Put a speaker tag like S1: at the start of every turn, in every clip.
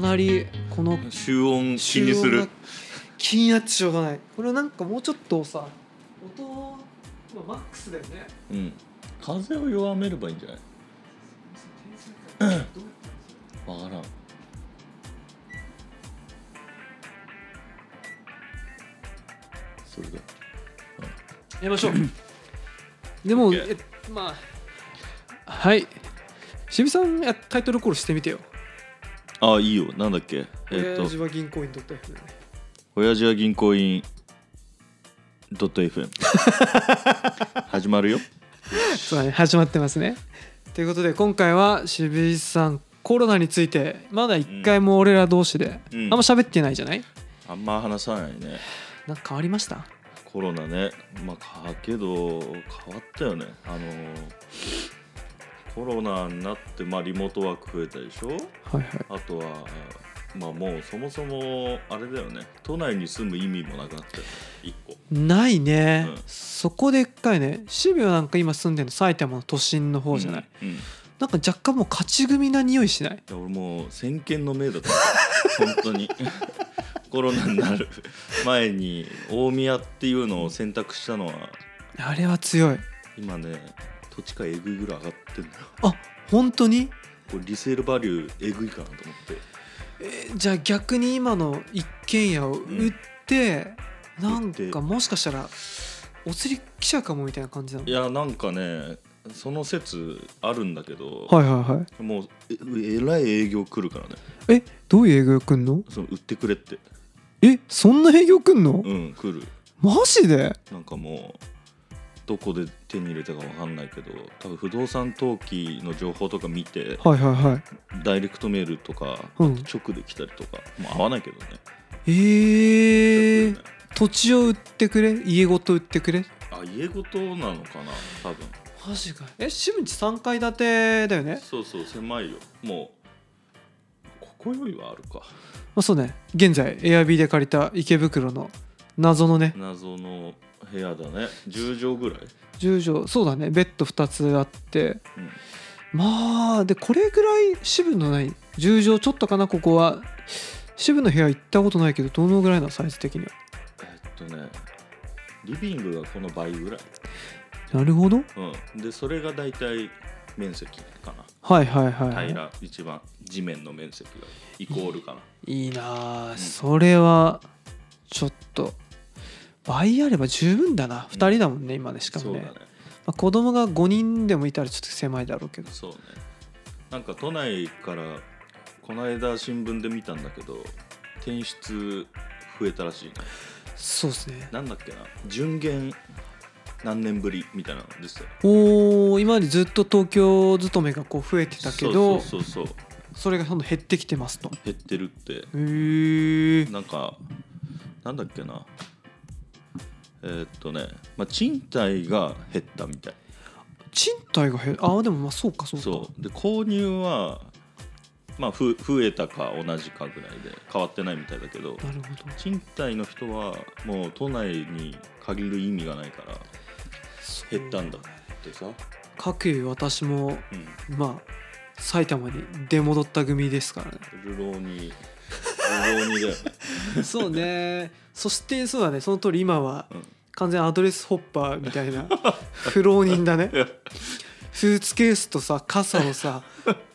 S1: なりこの
S2: 集音気にする
S1: 気になってしょうがないこれなんかもうちょっとさ音今マックスだよね
S2: うん風を弱めればいいんじゃない
S1: どうやったの
S2: わからんそれだ
S1: やりましょうでも、
S2: OK
S1: えまあはい渋さんやタイトルコールしてみてよ
S2: あいいよなんだっけえっ
S1: 親
S2: と
S1: 父は銀行員 .f
S2: 親父は銀行員ドット FM 始まるよ
S1: そうだね始まってますねということで今回は渋井さんコロナについてまだ一回も俺ら同士で、
S2: うん
S1: あんま喋ってないじゃない
S2: あんま話さないね
S1: なんか変わりました
S2: コロナねまあかけど変わったよねあのコロナになってまあリモートワーク増えたでしょ
S1: はいはい
S2: あとはまあもうそもそもあれだよね都内に住む意味もなくなったよね一個
S1: ないね、
S2: うん
S1: そこで一回ね渋谷なんか今住んでるの埼玉の都心の方じゃない、、
S2: うんうんい
S1: なんか若干もう勝ち組な匂いしない
S2: や俺もう先見の明だった 本当に コロナになる前に大宮っていうのを選択したのは
S1: あれは強い
S2: 今ね土地価えぐいぐらい上がってんだよ
S1: あ本当に
S2: これリセールバリューえぐいかなと思って
S1: えーじゃあ逆に今の一軒家を売って、
S2: ん
S1: なん
S2: 売って
S1: かもしかしたらお釣り記者かもみたいな感じなの
S2: いやなんかねその説あるんだけど、
S1: はいはいはい
S2: もうええらい営業来るからね
S1: えどういう営業来んの
S2: その売ってくれって
S1: えそんな営業来んの、
S2: うん来る
S1: マジで
S2: なんかもうどこで手に入れたかわかんないけど多分不動産登記の情報とか見て
S1: はいはいはい
S2: ダイレクトメールとか
S1: うん
S2: 直で来たりとかもう合わないけどね、
S1: えー
S2: 直でね、
S1: 土地を売ってくれ家ごと売ってくれ
S2: あ家ごとなのかな多分
S1: マジかえ渋地3階建てだよね
S2: そうそう狭いよもうここよりはあるか
S1: まあそうね現在 Airb で借りた池袋の謎のね
S2: 謎の部屋だね10畳ぐらい、
S1: 10畳そうだねベッド2つあって
S2: うん
S1: まあでこれぐらい支部のない10畳ちょっとかなここは支部の部屋行ったことないけどどのぐらいなのサイズ的には
S2: えっとねリビングがこの倍ぐらい、
S1: なるほど
S2: うん、でそれが大体面積か
S1: はいはいはい、
S2: な
S1: はい、
S2: 平ら一番地面の面積がイコールかない
S1: いなあ、
S2: ん
S1: それはちょっと倍あれば十分だな2人だもんね今ねしか
S2: そ
S1: も
S2: う
S1: ね
S2: だね
S1: まあ、子供が5人でもいたらちょっと狭いだろうけど
S2: そうねなんか都内からこの間新聞で見たんだけど転出増えたらしいね
S1: そうですね
S2: なんだっけな順減何年ぶりみたいなのですよ
S1: おー今までずっと東京勤めがこう増えてたけどそ
S2: そうそうそうそう
S1: れがどんどん減ってきてますと
S2: 減ってるって
S1: へえ
S2: なんかなんだっけなえーっとね、まあ、賃貸が減ったみたい
S1: 賃貸が減るああでもまあそうかそうか
S2: そうで購入はまあふ増えたか同じかぐらいで変わってないみたいだけど
S1: なるほど
S2: 賃貸の人はもう都内に限る意味がないから
S1: そう
S2: 減ったんだってさ、
S1: かくいう私も
S2: うん、
S1: まあ埼玉に出戻った組ですからね
S2: 流浪に流浪に だよね、
S1: そうねそしてそうだねその通り今は
S2: うん
S1: 完全アドレスホッパーみたいな不浪人だねスーツケースとさ傘を さ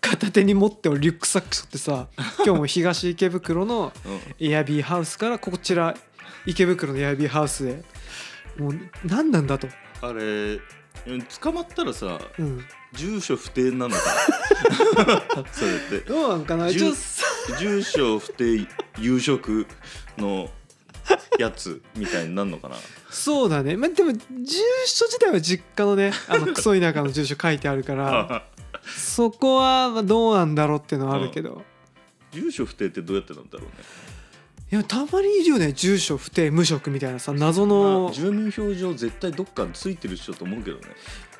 S1: 片手に持ってリュックサック背負ってさ今日も東池袋の
S2: うん
S1: エアビーハウスからこちら池袋のエアビーハウスへもう何なんだと、
S2: あれうん捕まったらさ
S1: うん、
S2: 住所不定なのかな それって
S1: どうなんかな一
S2: じゅ
S1: 応さ
S2: 住所不定夕食のやつみたいになるのかな
S1: そうだねまあでも住所自体は実家のねあのクソ田舎の住所書い てあるからそこはまあどうなんだろうっていうのはあるけど、
S2: 住所不定ってどうやってなんだろうね
S1: いやたまにいるよね住所不定無職みたいなさ謎
S2: ま
S1: の
S2: あ、住民票上絶対どっかついてるっしょと思うけどね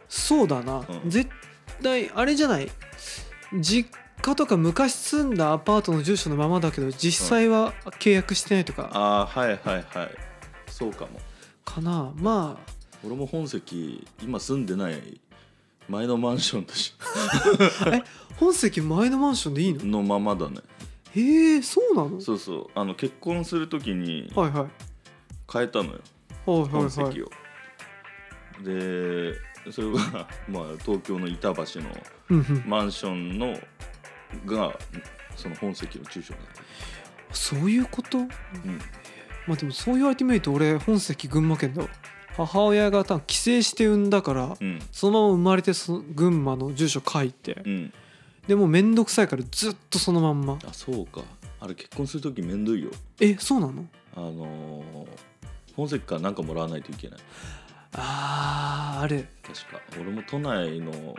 S1: そうだな、
S2: うん
S1: 絶対あれじゃない実家とか昔住んだアパートの住所のままだけど実際は契約してないとか
S2: ああはいはいはいそうかも
S1: かな、ま
S2: 俺も本籍今住んでない前のマンションだし
S1: あえ本籍前のマンションでいいの
S2: のままだね
S1: へへえそうなの
S2: そうそうあの結婚する時に
S1: はいはい
S2: 変えたのよ
S1: はい
S2: 本
S1: はいはい
S2: 籍を、でそれが まあ東京の板橋の
S1: うんうん
S2: マンションのがその本籍の住所だった、
S1: そういうこと
S2: うん、
S1: まあでもそう言われてみると俺本籍群馬県だわ母親が多分帰省して産んだから
S2: うん
S1: そのまま生まれてその群馬の住所書いて
S2: うん
S1: でも面倒くさいからずっとそのまんま
S2: あそうかあれ結婚する時めんどいよ
S1: えそうなの
S2: あのー本籍からなんかもらわないといけない
S1: あーあれ
S2: 確か俺も都内の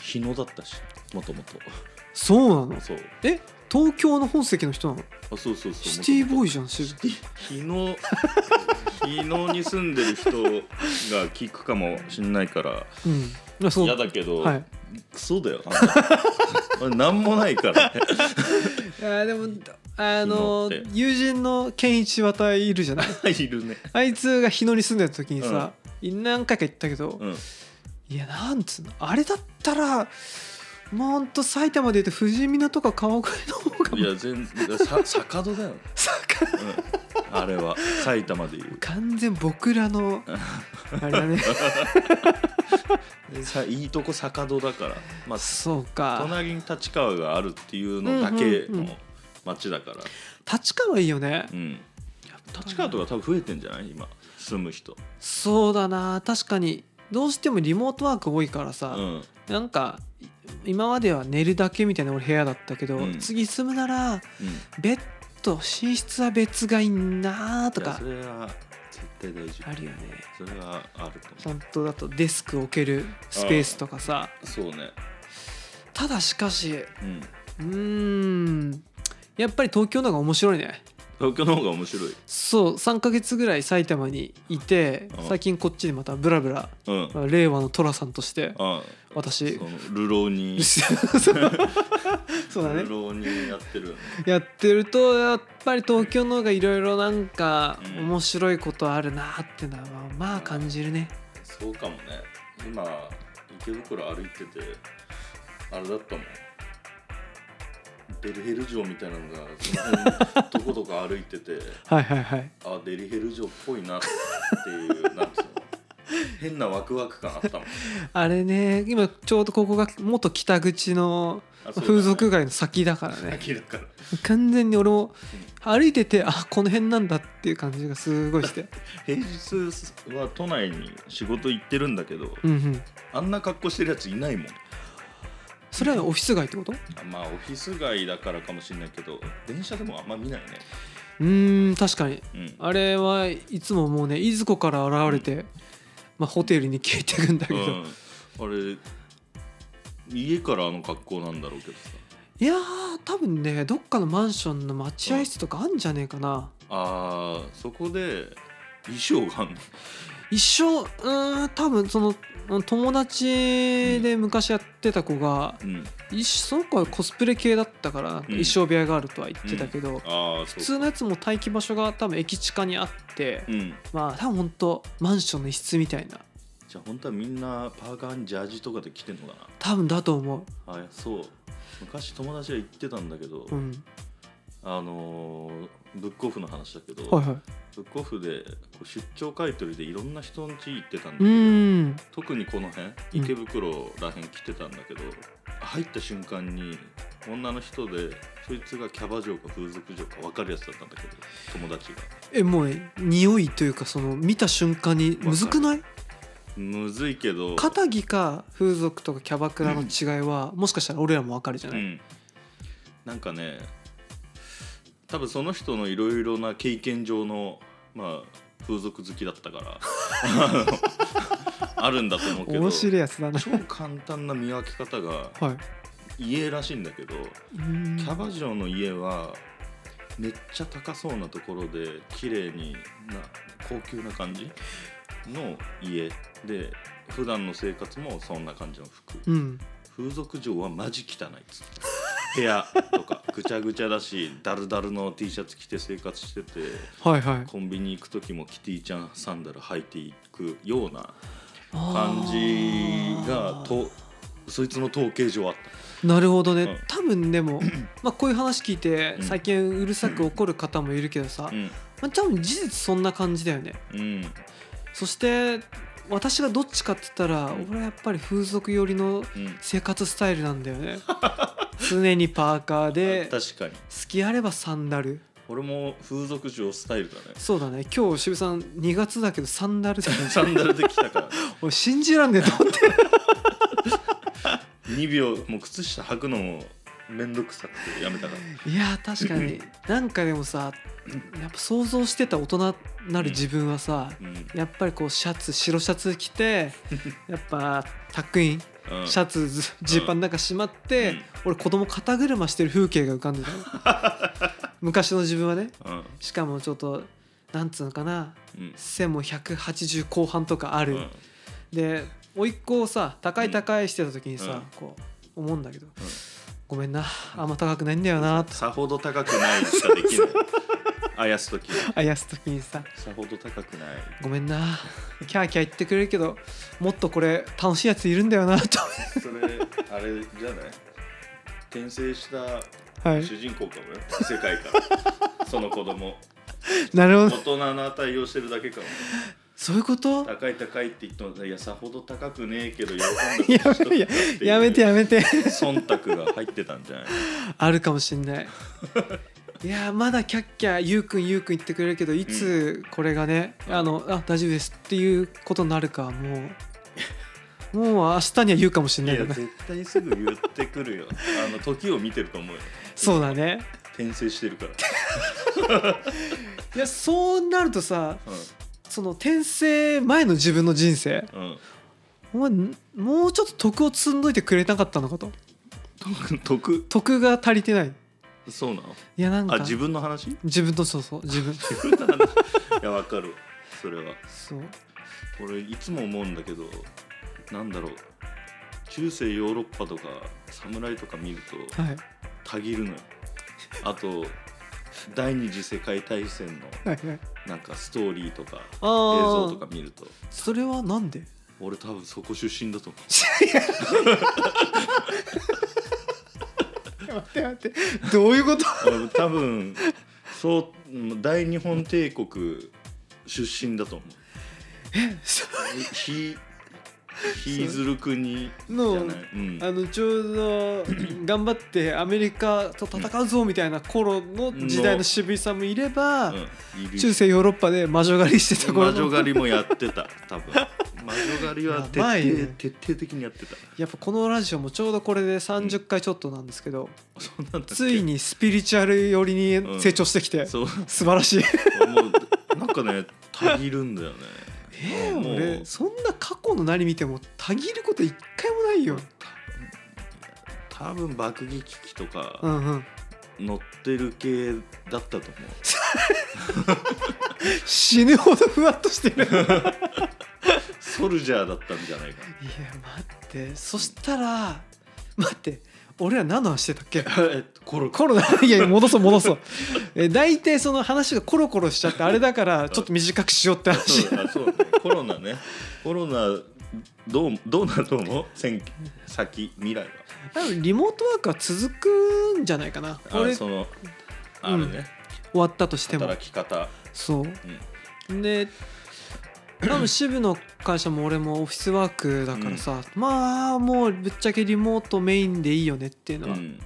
S2: 日野だったしもともと
S1: そうなの
S2: そう
S1: え東京の本籍の人なの
S2: あそうそうそう
S1: シティボーイ
S2: イ
S1: じゃんシティ
S2: 日野 日野に住んでる人が聞くかもしんないから
S1: うんあそう
S2: 嫌だけど、
S1: はい
S2: クソだよ あんななんもないから ね
S1: いやでもあの
S2: 昨日っ
S1: 友人の健一綿いるじゃない
S2: いるね
S1: あいつが日野に住んでた時にさ、何回か行ったけど、
S2: うん
S1: いやなんつうのあれだったらもうほんと埼玉で言うと富士見とか川越の方が
S2: いや全然さ坂戸だよ、
S1: さか
S2: うん、あれは埼玉でいう
S1: 完全僕らのあれだね
S2: さいいとこ坂戸だからまあ
S1: そうか
S2: 隣に立川があるっていうのだけ
S1: うんうんう
S2: の町だから、
S1: 立川いいよね、
S2: うん立川とか多分増えてんじゃない今住む人、
S1: そうだな確かにどうしてもリモートワーク多いから
S2: う
S1: さ、
S2: ん、
S1: なんかい今までは寝るだけみたいな俺部屋だったけど、
S2: うん
S1: 次住むなら
S2: うん
S1: ベッド寝室は別がいいなと
S2: いや
S1: か
S2: それは絶対大事
S1: あるよね
S2: それはあると思
S1: 本当だとデスク置けるスペースとかさ
S2: うそうね
S1: ただしかし
S2: うん
S1: うーんやっぱり東京の方が面白いね
S2: 東京の方が面白い
S1: そう3ヶ月ぐらい埼玉にいて
S2: うん
S1: 最近こっちにまたブラブラ
S2: うん
S1: 令和の寅さんとして
S2: あ
S1: 私
S2: その流浪 に
S1: そうだね
S2: 流浪にやってるよね
S1: やってるとやっぱり東京の方がいろいろなんか
S2: うん
S1: 面白いことあるなってのはまあ感じるね
S2: そうかもね今池袋歩いててあれだったもんデリヘル城みたいなのが その辺どことか歩いてて
S1: はいはいはい
S2: あデリヘル城っぽいなっていうなんつうの変なワクワク感あったもん
S1: あれね今ちょうどここが元北口の
S2: あそうだね
S1: 風俗街の先だからね
S2: 明らかに
S1: 完全に俺も歩いててあこの辺なんだっていう感じがすごいして
S2: 平日は都内に仕事行ってるんだけど、
S1: うんうん
S2: あんな格好してるやついないもん
S1: それはオフィス街ってこと
S2: あまあオフィス街だからかもしれないけど電車でもあんま見ないね
S1: うーん確かに
S2: うん
S1: あれはいつももうねいずこから現れて、まあ、ホテルに消えていくんだけど、
S2: うん、あれ家からあの格好なんだろうけどさ
S1: いやー多分ねどっかのマンションの待合室とかあんじゃねえかな、
S2: あーそこで衣装があんの
S1: 一生うーん多分そのうん友達で昔やってた子が、
S2: うん
S1: 一その子はコスプレ系だったからなんか
S2: うん
S1: 一生部屋があるとは言ってたけど、
S2: ああ
S1: 普
S2: 普
S1: 通のやつも待機場所が多分駅地下にあって、
S2: うん
S1: まあ多分ほんとマンションの一室みたいな
S2: じゃあ本当はみんなパーカーにジャージとかで着てんのか
S1: 多分だと思
S2: なあいやそう昔友達が言ってたんだけど、
S1: ううん
S2: あのーブックオフの話だけど、
S1: はいはい
S2: ブックオフでこう出張買い取りでいろんな人の家行ってたんだ
S1: う
S2: けど、
S1: ーん
S2: 特にこの辺池袋らへん来てたんだけど、入った瞬間に女の人でそいつがキャバ嬢か風俗嬢か分かるやつだったんだけど友達が
S1: えもうね匂いというかその見た瞬間にむずくない
S2: むずいけど
S1: 肩着か風俗とかキャバクラの違いは、もしかしたら俺らもわかるじゃ
S2: う
S1: ない、
S2: んなんかね多分その人のいろいろな経験上のまあ風俗好きだったから あのあるんだと思うけど
S1: 面白いやつだな
S2: 超簡単な見分け方が
S1: はい
S2: 家らしいんだけど
S1: うーん
S2: キャバ嬢の家はめっちゃ高そうなところで綺麗にな高級な感じの家で普段の生活もそんな感じの服、
S1: うん
S2: 風俗嬢はマジ汚いっつって部屋とかぐちゃぐちゃだしダルダルの T シャツ着て生活してて
S1: はいはい
S2: コンビニ行く時もキティちゃんサンダル履いていくような感じが
S1: あー
S2: とそいつの統計上あっ
S1: なるほど
S2: うん
S1: ね多分で もまあこういう話聞いて
S2: うん
S1: 最近うるさく怒る方もいるけどさ、
S2: うん
S1: まあ、多分事実そんな感じだよね
S2: うん
S1: そして私がどっちかって言ったら
S2: うん
S1: 俺はやっぱり風俗寄りの
S2: うん
S1: 生活スタイルなんだよ ね常にパーカーで好
S2: 確かに
S1: きあればサンダル
S2: 俺も風俗嬢スタイルだね
S1: そうだね今日渋さん2月だけどサンダルで
S2: サンダルで来たから
S1: 俺信じらんねえ と思って
S2: 2秒もう靴下履くのも面倒くさくてやめたから
S1: いやー確かになんかでもさやっぱ想像してた大人なる自分はさ、
S2: うん、うん、
S1: やっぱりこうシャツ白シャツ着 てやっぱタックインシャツずジーパンなんかしまって、
S2: うん
S1: 俺子供肩車してる風景が浮かんでたの 昔の自分はね
S2: うん
S1: しかもちょっとなんつうのかな
S2: うん
S1: 背も180後半とかあ
S2: う
S1: る、
S2: ん
S1: で甥っ子をさ高い高いしてた時にさ、
S2: うん
S1: こう思うんだけど、ごめんなあんま高くないんだよなと
S2: さほど高くないしかで きないあやす時
S1: あやす時にさ
S2: さほど高くない
S1: ごめんなキャーキャー言ってくれるけどもっとこれ楽しいやついるんだよな と
S2: それあれじゃない転生した
S1: はい
S2: 主人公かもよ世界 からその子供
S1: なるほ
S2: 大
S1: ど
S2: 人な対応してるだけかも
S1: そういう こと
S2: 高い高いって言ってもいやさほど高くねえけど喜んだことしと
S1: やめやめてやめて
S2: 忖度が入ってたんじゃない
S1: あるかもしんないいやーまだキャッキャゆうくんゆうくん言ってくれるけどいつこれがね、あのあ大丈夫ですっていうことになるかはもうもう明日には言うかもしんない
S2: い
S1: よ
S2: や
S1: ね
S2: 絶対すぐ言ってくるよあの時を見てると思うよ
S1: そうだね
S2: 転生してるから、
S1: いやそうなるとさその転生前の自分の人生
S2: うんうん
S1: お前んもうちょっと徳を積んどいてくれなかったのかと
S2: 得
S1: 徳が足りてない
S2: そうなの
S1: いやなんか
S2: あ自分の話
S1: 自分のそうそう自 分
S2: いやわかるそれは
S1: そう
S2: 俺いつも思うんだけどなんだろう中世ヨーロッパとか侍とか見ると
S1: はい
S2: たぎるのよあと第二次世界大戦の
S1: はいはい
S2: なんかストーリーとか映
S1: あー
S2: 像とか見ると
S1: それはなんで
S2: 俺多分そこ出身だと思
S1: 待って待ってどういうこと
S2: う俺多分そう大日本帝国出身だと思うひひいずる国じゃない、
S1: の
S2: うん、
S1: あのちょうど頑張ってアメリカと戦うぞみたいな頃の時代の渋井さんもいれば、
S2: うんいる
S1: 中世ヨーロッパで魔女狩りしてた頃
S2: 魔
S1: の
S2: 女狩りもやってた多分魔女狩りは徹
S1: や
S2: 底,、
S1: ばいね
S2: 徹底的にやってた
S1: やっぱこのラジオもちょうどこれで30回ちょっとなんですけど、
S2: そんなんだっけ
S1: ついにスピリチュアル寄りに成長してきて、素
S2: そう
S1: 晴らしい
S2: もうなんかねたぎるんだよね
S1: えー
S2: もう
S1: 俺そんな過去の何見てもたぎること一回もないよ、
S2: 多分爆撃機とか
S1: うんうん、
S2: 乗ってる系だったと思う
S1: 死ぬほどふわっとしてる いや
S2: ソルジャーだったんじゃな いか
S1: 待ってそしたら待って俺ら何の話してたっけ
S2: なえっとコロ
S1: コロナいやいや戻そう戻 そうえ大体その話がコロコロしちゃってあれだからちょっと短くしようって話
S2: そうあそうねコロナねコロナどうどうなると思う先先未来は
S1: 多分リモートワークは続くんじゃないかな
S2: あ
S1: 俺終
S2: そのあれね、
S1: わったとしても
S2: 働き方
S1: そう、で多分支部の会社も俺もオフィスワークだからさ、まあもうぶっちゃけリモートメインでいいよねっていうの
S2: う
S1: は、
S2: ん、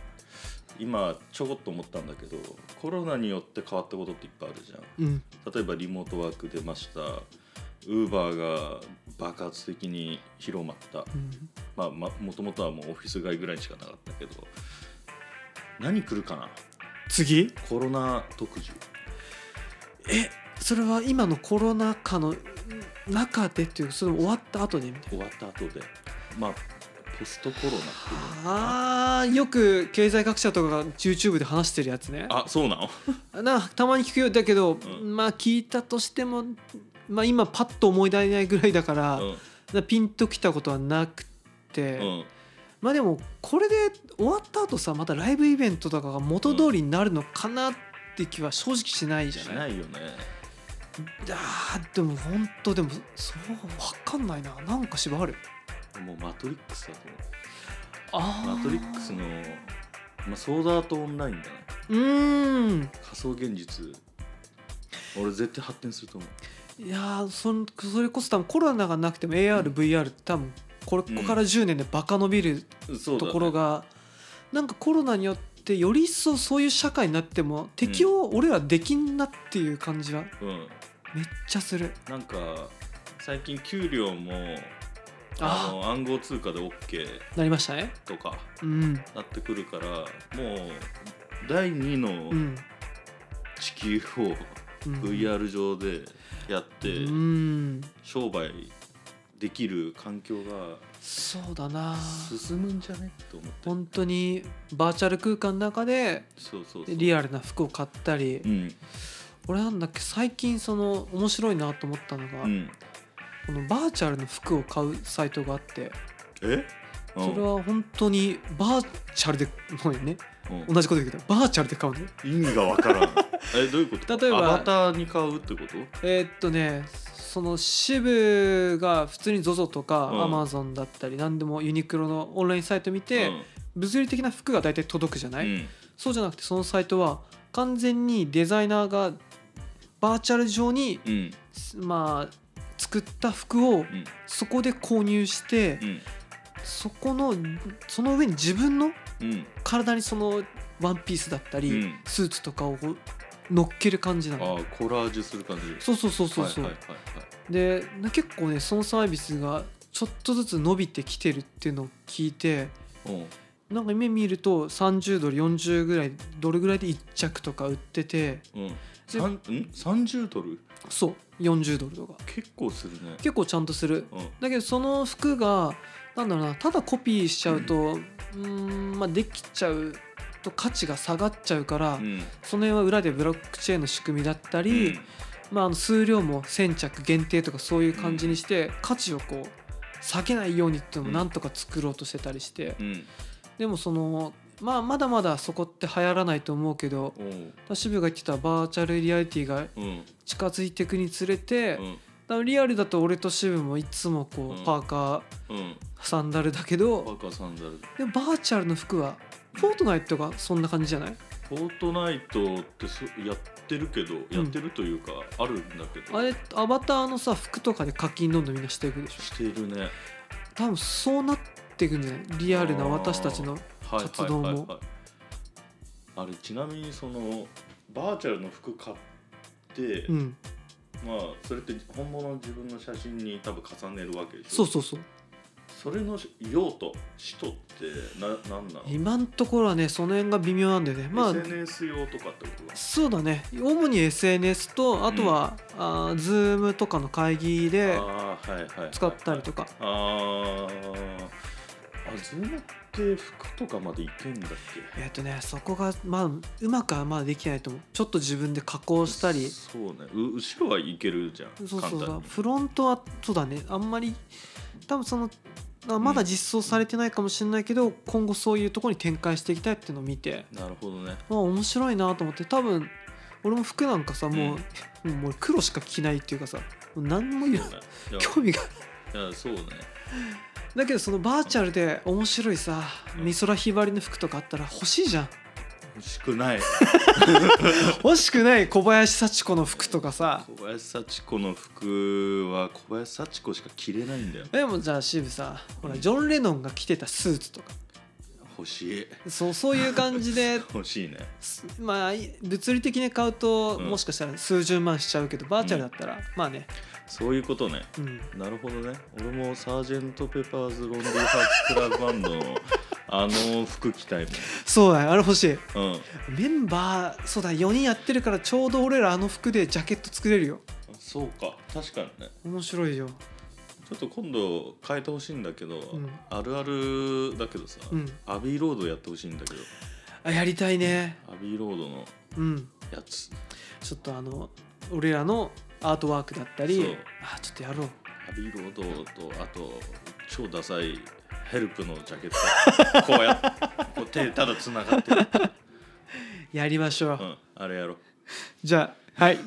S2: 今ちょこっと思ったんだけどコロナによって変わったことっていっぱいあるじゃん
S1: うん
S2: 例えばリモートワーク出ましたウーバーが爆発的に広まった
S1: うん
S2: まあもともとはもうオフィス街ぐらいしかなかったけど何来るかな
S1: 次
S2: コロナ特需
S1: それは今のコロナ禍の中でっていうそれも終わった後でみたいな
S2: 終わった後でまあポストコロナっていうの
S1: あーよく経済学者とかが YouTube で話してるやつね
S2: あそうなの
S1: なたまに聞くようだけど、
S2: ん
S1: まあ聞いたとしても、まあ、今パッと思い出せないぐらいだから,、ピンときたことはなくて、
S2: うんうん
S1: まあでもこれで終わった後さまたライブイベントとかが元通りになるのかなって気は正直しないじ
S2: し
S1: ゃな
S2: ないいよね
S1: あーでも本当でもそう分かんないななんか縛る
S2: もうマトリックスだと思う
S1: あ
S2: マトリックスの、まあ、ソードアートオンラインだな
S1: うーん
S2: 仮想現実俺絶対発展すると思う
S1: いやーそんそれこそ多分コロナがなくても ARVR って多分これこ
S2: うん
S1: こから10年でバカ伸びる
S2: そうだ、
S1: と
S2: ね、
S1: ころが、なんかコロナによってより一層そういう社会になっても適応俺らできんなっていう感じは
S2: うん
S1: めっちゃする、
S2: なんか最近給料もあ
S1: あ
S2: の暗号通貨で OK
S1: あなりましたね
S2: とか
S1: うん
S2: なってくるからもう第2
S1: う
S2: の
S1: ん、
S2: 地球を
S1: うん、
S2: VR 上でやって
S1: うん
S2: 商売できる環境が
S1: そうだな
S2: 進むんじゃねと思って
S1: 本当にバーチャル空間の中で
S2: そうそうそう
S1: リアルな服を買ったり
S2: うん
S1: 俺なんだっけ最近その面白いなと思ったのが、
S2: うん
S1: このバーチャルの服を買うサイトがあって
S2: えうん
S1: それは本当にバーチャルでもうね
S2: うん
S1: 同じこと言うけどバーチャルで買うの
S2: 意味がわ からんえどういうこと
S1: 例えば
S2: アバターに買うってこと
S1: えーっとねその支部が普通に ZOZO とか
S2: うん
S1: Amazon だったり何でもユニクロのオンラインサイト見て、
S2: うん
S1: 物理的な服が大体届くじゃない、
S2: うん
S1: そうじゃなくてそのサイトは完全にデザイナーがバーチャル上に
S2: うん
S1: まあ作った服を
S2: うん
S1: そこで購入して、
S2: うん
S1: そこのその上に自分の
S2: うん
S1: 体にそのワンピースだったり、
S2: うん
S1: スーツとかを乗っける感じなの
S2: ああコラージュする感じ
S1: そうそうそうそうそう、
S2: はいはいはいはい
S1: でな結構ねそのサービスがちょっとずつ伸びてきてるっていうのを聞いて
S2: うん
S1: なんか夢見ると30ドル40ぐらいドルぐらいで1着とか売ってて
S2: うん、さんうん30ドル
S1: そう40ドルとか
S2: 結構するね、
S1: 結構ちゃんとする
S2: うん、
S1: だけどその服がなんだろうなただコピーしちゃうとうーんまあできちゃうと価値が下がっちゃうから、
S2: うん
S1: その辺は裏でブロックチェーンの仕組みだったり、まあ、あの数量も1,000着限定とかそういう感じにして、価値をこう下げないようにっていうの
S2: う
S1: も
S2: ん
S1: なんとか作ろうとしてたりして、
S2: うん
S1: でもその、まあ、まだまだそこって流行らないと思うけど
S2: うんおう
S1: 渋谷が言ってたバーチャルリアリティが
S2: うん
S1: 近づいていくにつれて、
S2: うん
S1: だからリアルだと俺と渋もいつもこう、
S2: うん
S1: パーカ
S2: うん
S1: ーサンダルだけ
S2: パ
S1: ど
S2: ーカーサンダル
S1: でもバーチャルの服はフォートナイトがそんな感じじゃない
S2: フォートナイトってそやってるけど、やってるというかあるんだけど
S1: あれアバターのさ服とかで課金どんどんみんなしていくでしょ
S2: しているね
S1: 多分そうなっていくんじゃないリアルな私たちの
S2: はい
S1: 活
S2: はい
S1: 動
S2: はい
S1: も
S2: はいあれちなみにそのバーチャルの服買って、
S1: うん
S2: まあそれって本物の自分の写真に多分重ねるわけでし
S1: そ
S2: ょ
S1: うそうそう
S2: それの用途使途ってななんなの
S1: 今のところはねその辺が微妙なんだよねまあ
S2: SNS 用とかってことだ
S1: そうだね主に SNS とあとは、あー Zoom とかの会議で
S2: あーはいはいはい
S1: 使ったりとか
S2: あーあズームって服とかまでいけんだっけ
S1: えっ、とねそこがまあうまくはまだできないと思うちょっと自分で加工したり
S2: そうねう後ろはいけるじゃん
S1: そうそう
S2: 簡
S1: だ
S2: 単に
S1: フロントはそうだねあんまり多分そのあまだ実装されてないかもしれないけど、今後そういうところに展開していきたいっていうのを見て
S2: なるほどね
S1: まあ面白いなと思って多分俺も服なんかさもう,、もう黒しか着ないっていうかさもう何も
S2: そう
S1: 言
S2: ね
S1: う
S2: いや
S1: 興味が
S2: いやそうね
S1: だけどそのバーチャルで面白いさ
S2: うん
S1: 美空ひばりの服とかあったら欲しいじゃん
S2: 欲し くない
S1: 欲しくない小林幸子の服とかさ
S2: 小林幸子の服は小林幸子しか着れないんだよ
S1: でもじゃあ渋さほら
S2: うん
S1: ジョン・レノンが着てたスーツとか
S2: 欲しい
S1: そうそういう感じで
S2: 欲しいね
S1: すまあい物理的に買うと
S2: うん
S1: もしかしたら数十万しちゃうけどバーチャルだったらまあね
S2: そういうことね
S1: うん
S2: なるほどね俺もサージェント・ペパーズ・ロンドーハーツ・クラブバンドのあの服着たい
S1: そうだよあれ欲しい
S2: もんうん
S1: メンバーそうだ4人やってるからちょうど俺らあの服でジャケット作れるよ
S2: そうか確かにね
S1: 面白いよ
S2: ちょっと今度変えてほしいんだけど、
S1: ん
S2: あるあるだけどさ、
S1: うん
S2: アビーロードやってほしいんだけど
S1: あやりたいね
S2: アビーロードの
S1: うん
S2: やつ
S1: ちょっとあの俺らのアートワークだった
S2: そ
S1: り
S2: う
S1: あちょっとやろう
S2: アビーロードとあと超ダサいヘルプのジャケットこうやってこう手ただつながってる、
S1: やりましょう、
S2: うん、あれやろう
S1: じゃあはい